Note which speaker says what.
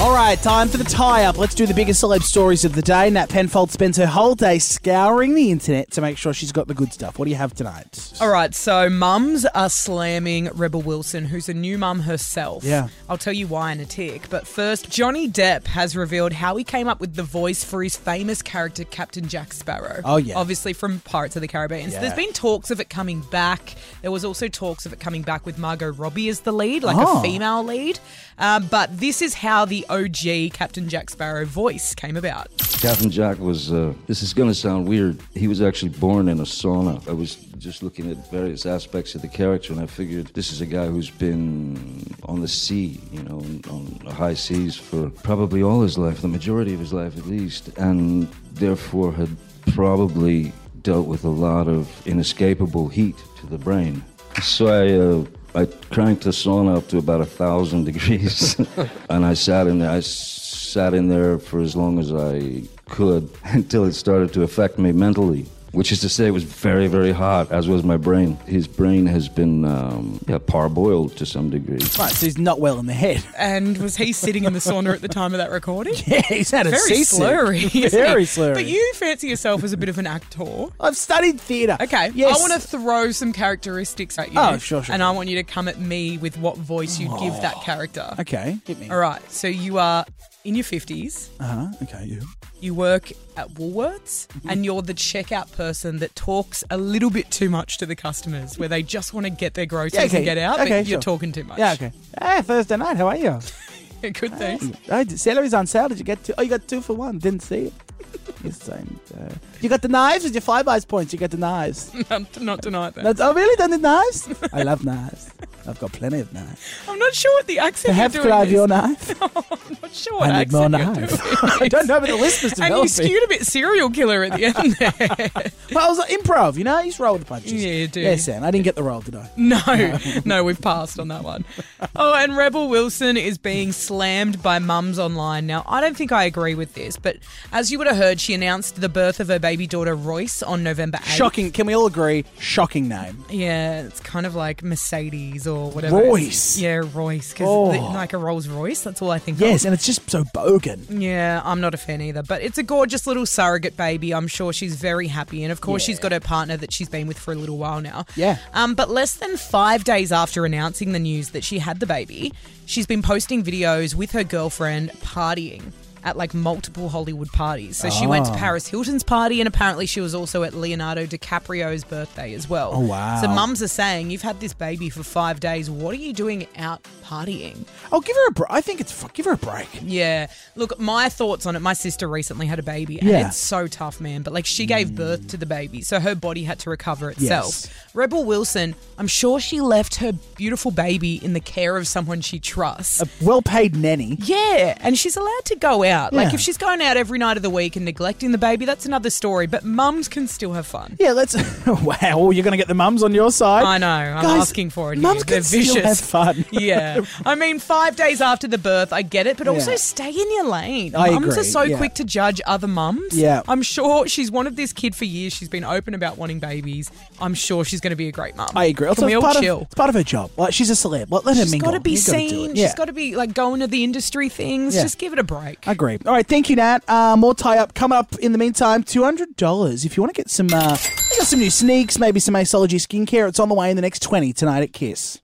Speaker 1: All right, time for the tie up. Let's do the biggest celeb stories of the day. Nat Penfold spends her whole day scouring the internet to make sure she's got the good stuff. What do you have tonight?
Speaker 2: All right, so mums are slamming Rebel Wilson, who's a new mum herself.
Speaker 1: Yeah.
Speaker 2: I'll tell you why in a tick. But first, Johnny Depp has revealed how he came up with the voice for his famous character, Captain Jack Sparrow.
Speaker 1: Oh, yeah.
Speaker 2: Obviously from Pirates of the Caribbean. So
Speaker 1: Yeah.
Speaker 2: there's been talks of it coming back. There was also talks of it coming back with Margot Robbie as the lead, like
Speaker 1: Oh.
Speaker 2: a female lead. Um, but this is how the OG Captain Jack Sparrow voice came about.
Speaker 3: Captain Jack was, uh, this is going to sound weird. He was actually born in a sauna. I was just looking at various aspects of the character and I figured this is a guy who's been on the sea, you know, on, on the high seas for probably all his life, the majority of his life at least, and therefore had probably dealt with a lot of inescapable heat to the brain. So I, uh, I cranked the sauna up to about a thousand degrees and I sat in there. I s- sat in there for as long as I could until it started to affect me mentally. Which is to say, it was very, very hot, as was my brain. His brain has been um, yeah, parboiled to some degree.
Speaker 1: Right, so he's not well in the head.
Speaker 2: And was he sitting in the sauna at the time of that recording?
Speaker 1: Yeah, he's had a
Speaker 2: Very
Speaker 1: seasick.
Speaker 2: slurry. isn't
Speaker 1: Very
Speaker 2: it?
Speaker 1: slurry.
Speaker 2: But you fancy yourself as a bit of an actor.
Speaker 1: I've studied theatre.
Speaker 2: Okay.
Speaker 1: Yes.
Speaker 2: I want to throw some characteristics at you.
Speaker 1: Oh, sure, sure. Oh.
Speaker 2: And I want you to come at me with what voice you give that character.
Speaker 1: Okay, hit me.
Speaker 2: All right. So you are in your 50s.
Speaker 1: Uh huh. Okay, you.
Speaker 2: You work at Woolworths
Speaker 1: Mm-hmm.
Speaker 2: and you're the checkout person that talks a little bit too much to the customers where they just want to get their groceries
Speaker 1: Yeah, okay.
Speaker 2: and get out,
Speaker 1: Okay,
Speaker 2: but you're
Speaker 1: sure.
Speaker 2: talking too much.
Speaker 1: Yeah. Okay. Hey, Thursday night. How are you?
Speaker 2: Good things.
Speaker 1: Oh, the celery's on sale. Did you get two? Oh, you got two for one. Didn't see it. Yes, same, uh, you got the knives. With your flybys points, you got the knives.
Speaker 2: Not, not tonight, though.
Speaker 1: That's, oh, really? Don't need knives? I love knives. I've got plenty of knives.
Speaker 2: I'm not sure what the accent
Speaker 1: Perhaps
Speaker 2: you're
Speaker 1: could
Speaker 2: doing
Speaker 1: I have
Speaker 2: is.
Speaker 1: your knife?
Speaker 2: I'm not sure what
Speaker 1: I need more
Speaker 2: accent you're
Speaker 1: knives.
Speaker 2: doing.
Speaker 1: I don't know, but the lisp is
Speaker 2: And you
Speaker 1: developing.
Speaker 2: skewed a bit serial killer at the end there.
Speaker 1: But I was like, improv, you know? You just roll with the punches.
Speaker 2: Yeah, you do.
Speaker 1: Yeah, Sam. I didn't get the roll, did I?
Speaker 2: No, no, we've passed on that one. Oh, and Rebel Wilson is being slammed by mums online. Now, I don't think I agree with this, but as you would have heard, she announced the birth of her baby daughter Royce on November 8th.
Speaker 1: Shocking. Can we all agree? Shocking name.
Speaker 2: Yeah, it's kind of like Mercedes or whatever.
Speaker 1: Royce.
Speaker 2: Yeah, Royce. Because
Speaker 1: Oh.
Speaker 2: like a Rolls Royce, that's all I think of.
Speaker 1: Yes, and it's just so bogan.
Speaker 2: Yeah, I'm not a fan either, but it's a gorgeous little surrogate baby. I'm sure she's very happy. And of course, she's got her partner that she's been with for a little while now.
Speaker 1: Yeah.
Speaker 2: Um, but less than five days after announcing the news that she had the baby, she's been posting videos with her girlfriend partying at like multiple Hollywood parties. So she
Speaker 1: Ah.
Speaker 2: went to Paris Hilton's party, and apparently she was also at Leonardo DiCaprio's birthday as well. Oh,
Speaker 1: wow.
Speaker 2: So mums are saying, You've had this baby for five days. What are you doing out partying?
Speaker 1: Oh, give her a break. I think it's fuck. Give her a break.
Speaker 2: Yeah. Look, my thoughts on it. My sister recently had a baby, and
Speaker 1: Yeah.
Speaker 2: it's so tough, man. But like, she gave birth to the baby, so her body had to recover itself.
Speaker 1: Yes.
Speaker 2: Rebel Wilson, I'm sure she left her beautiful baby in the care of someone she trusts.
Speaker 1: A well-paid nanny.
Speaker 2: yeah, and she's allowed to go out. Like,
Speaker 1: Yeah.
Speaker 2: if she's going out every night of the week and neglecting the baby, that's another story. But mums can still have fun.
Speaker 1: Yeah, let's. wow, you're going to get the mums on your side.
Speaker 2: I know. I'm
Speaker 1: Guys,
Speaker 2: asking for it.
Speaker 1: Mums
Speaker 2: here.
Speaker 1: can
Speaker 2: They're
Speaker 1: still have
Speaker 2: vicious.
Speaker 1: fun.
Speaker 2: yeah. I mean, five days after the birth, I get it, but also
Speaker 1: Yeah.
Speaker 2: stay in your lane.
Speaker 1: I
Speaker 2: mums
Speaker 1: agree,
Speaker 2: are so
Speaker 1: yeah.
Speaker 2: quick to judge other mums.
Speaker 1: Yeah.
Speaker 2: I'm sure she's wanted this kid for years. She's been open about wanting babies. I'm sure she's going to be a great mum.
Speaker 1: I agree.
Speaker 2: Can
Speaker 1: Also,
Speaker 2: we
Speaker 1: it's,
Speaker 2: all
Speaker 1: part
Speaker 2: chill?
Speaker 1: Of, it's part of her job. Like she's a celeb. Like, let her
Speaker 2: she's
Speaker 1: mingle.
Speaker 2: got to be
Speaker 1: You've gotta do
Speaker 2: seen.
Speaker 1: it. Yeah.
Speaker 2: She's got to be like going to the industry things.
Speaker 1: Yeah.
Speaker 2: Just give it a break.
Speaker 1: Agree. All right, thank you, Nat. Uh, more tie up coming up in the meantime. Two hundred dollars if you want to get some. Uh, I got some new sneaks, maybe some Aceology skincare. It's on the way in the next twenty tonight at Kiss.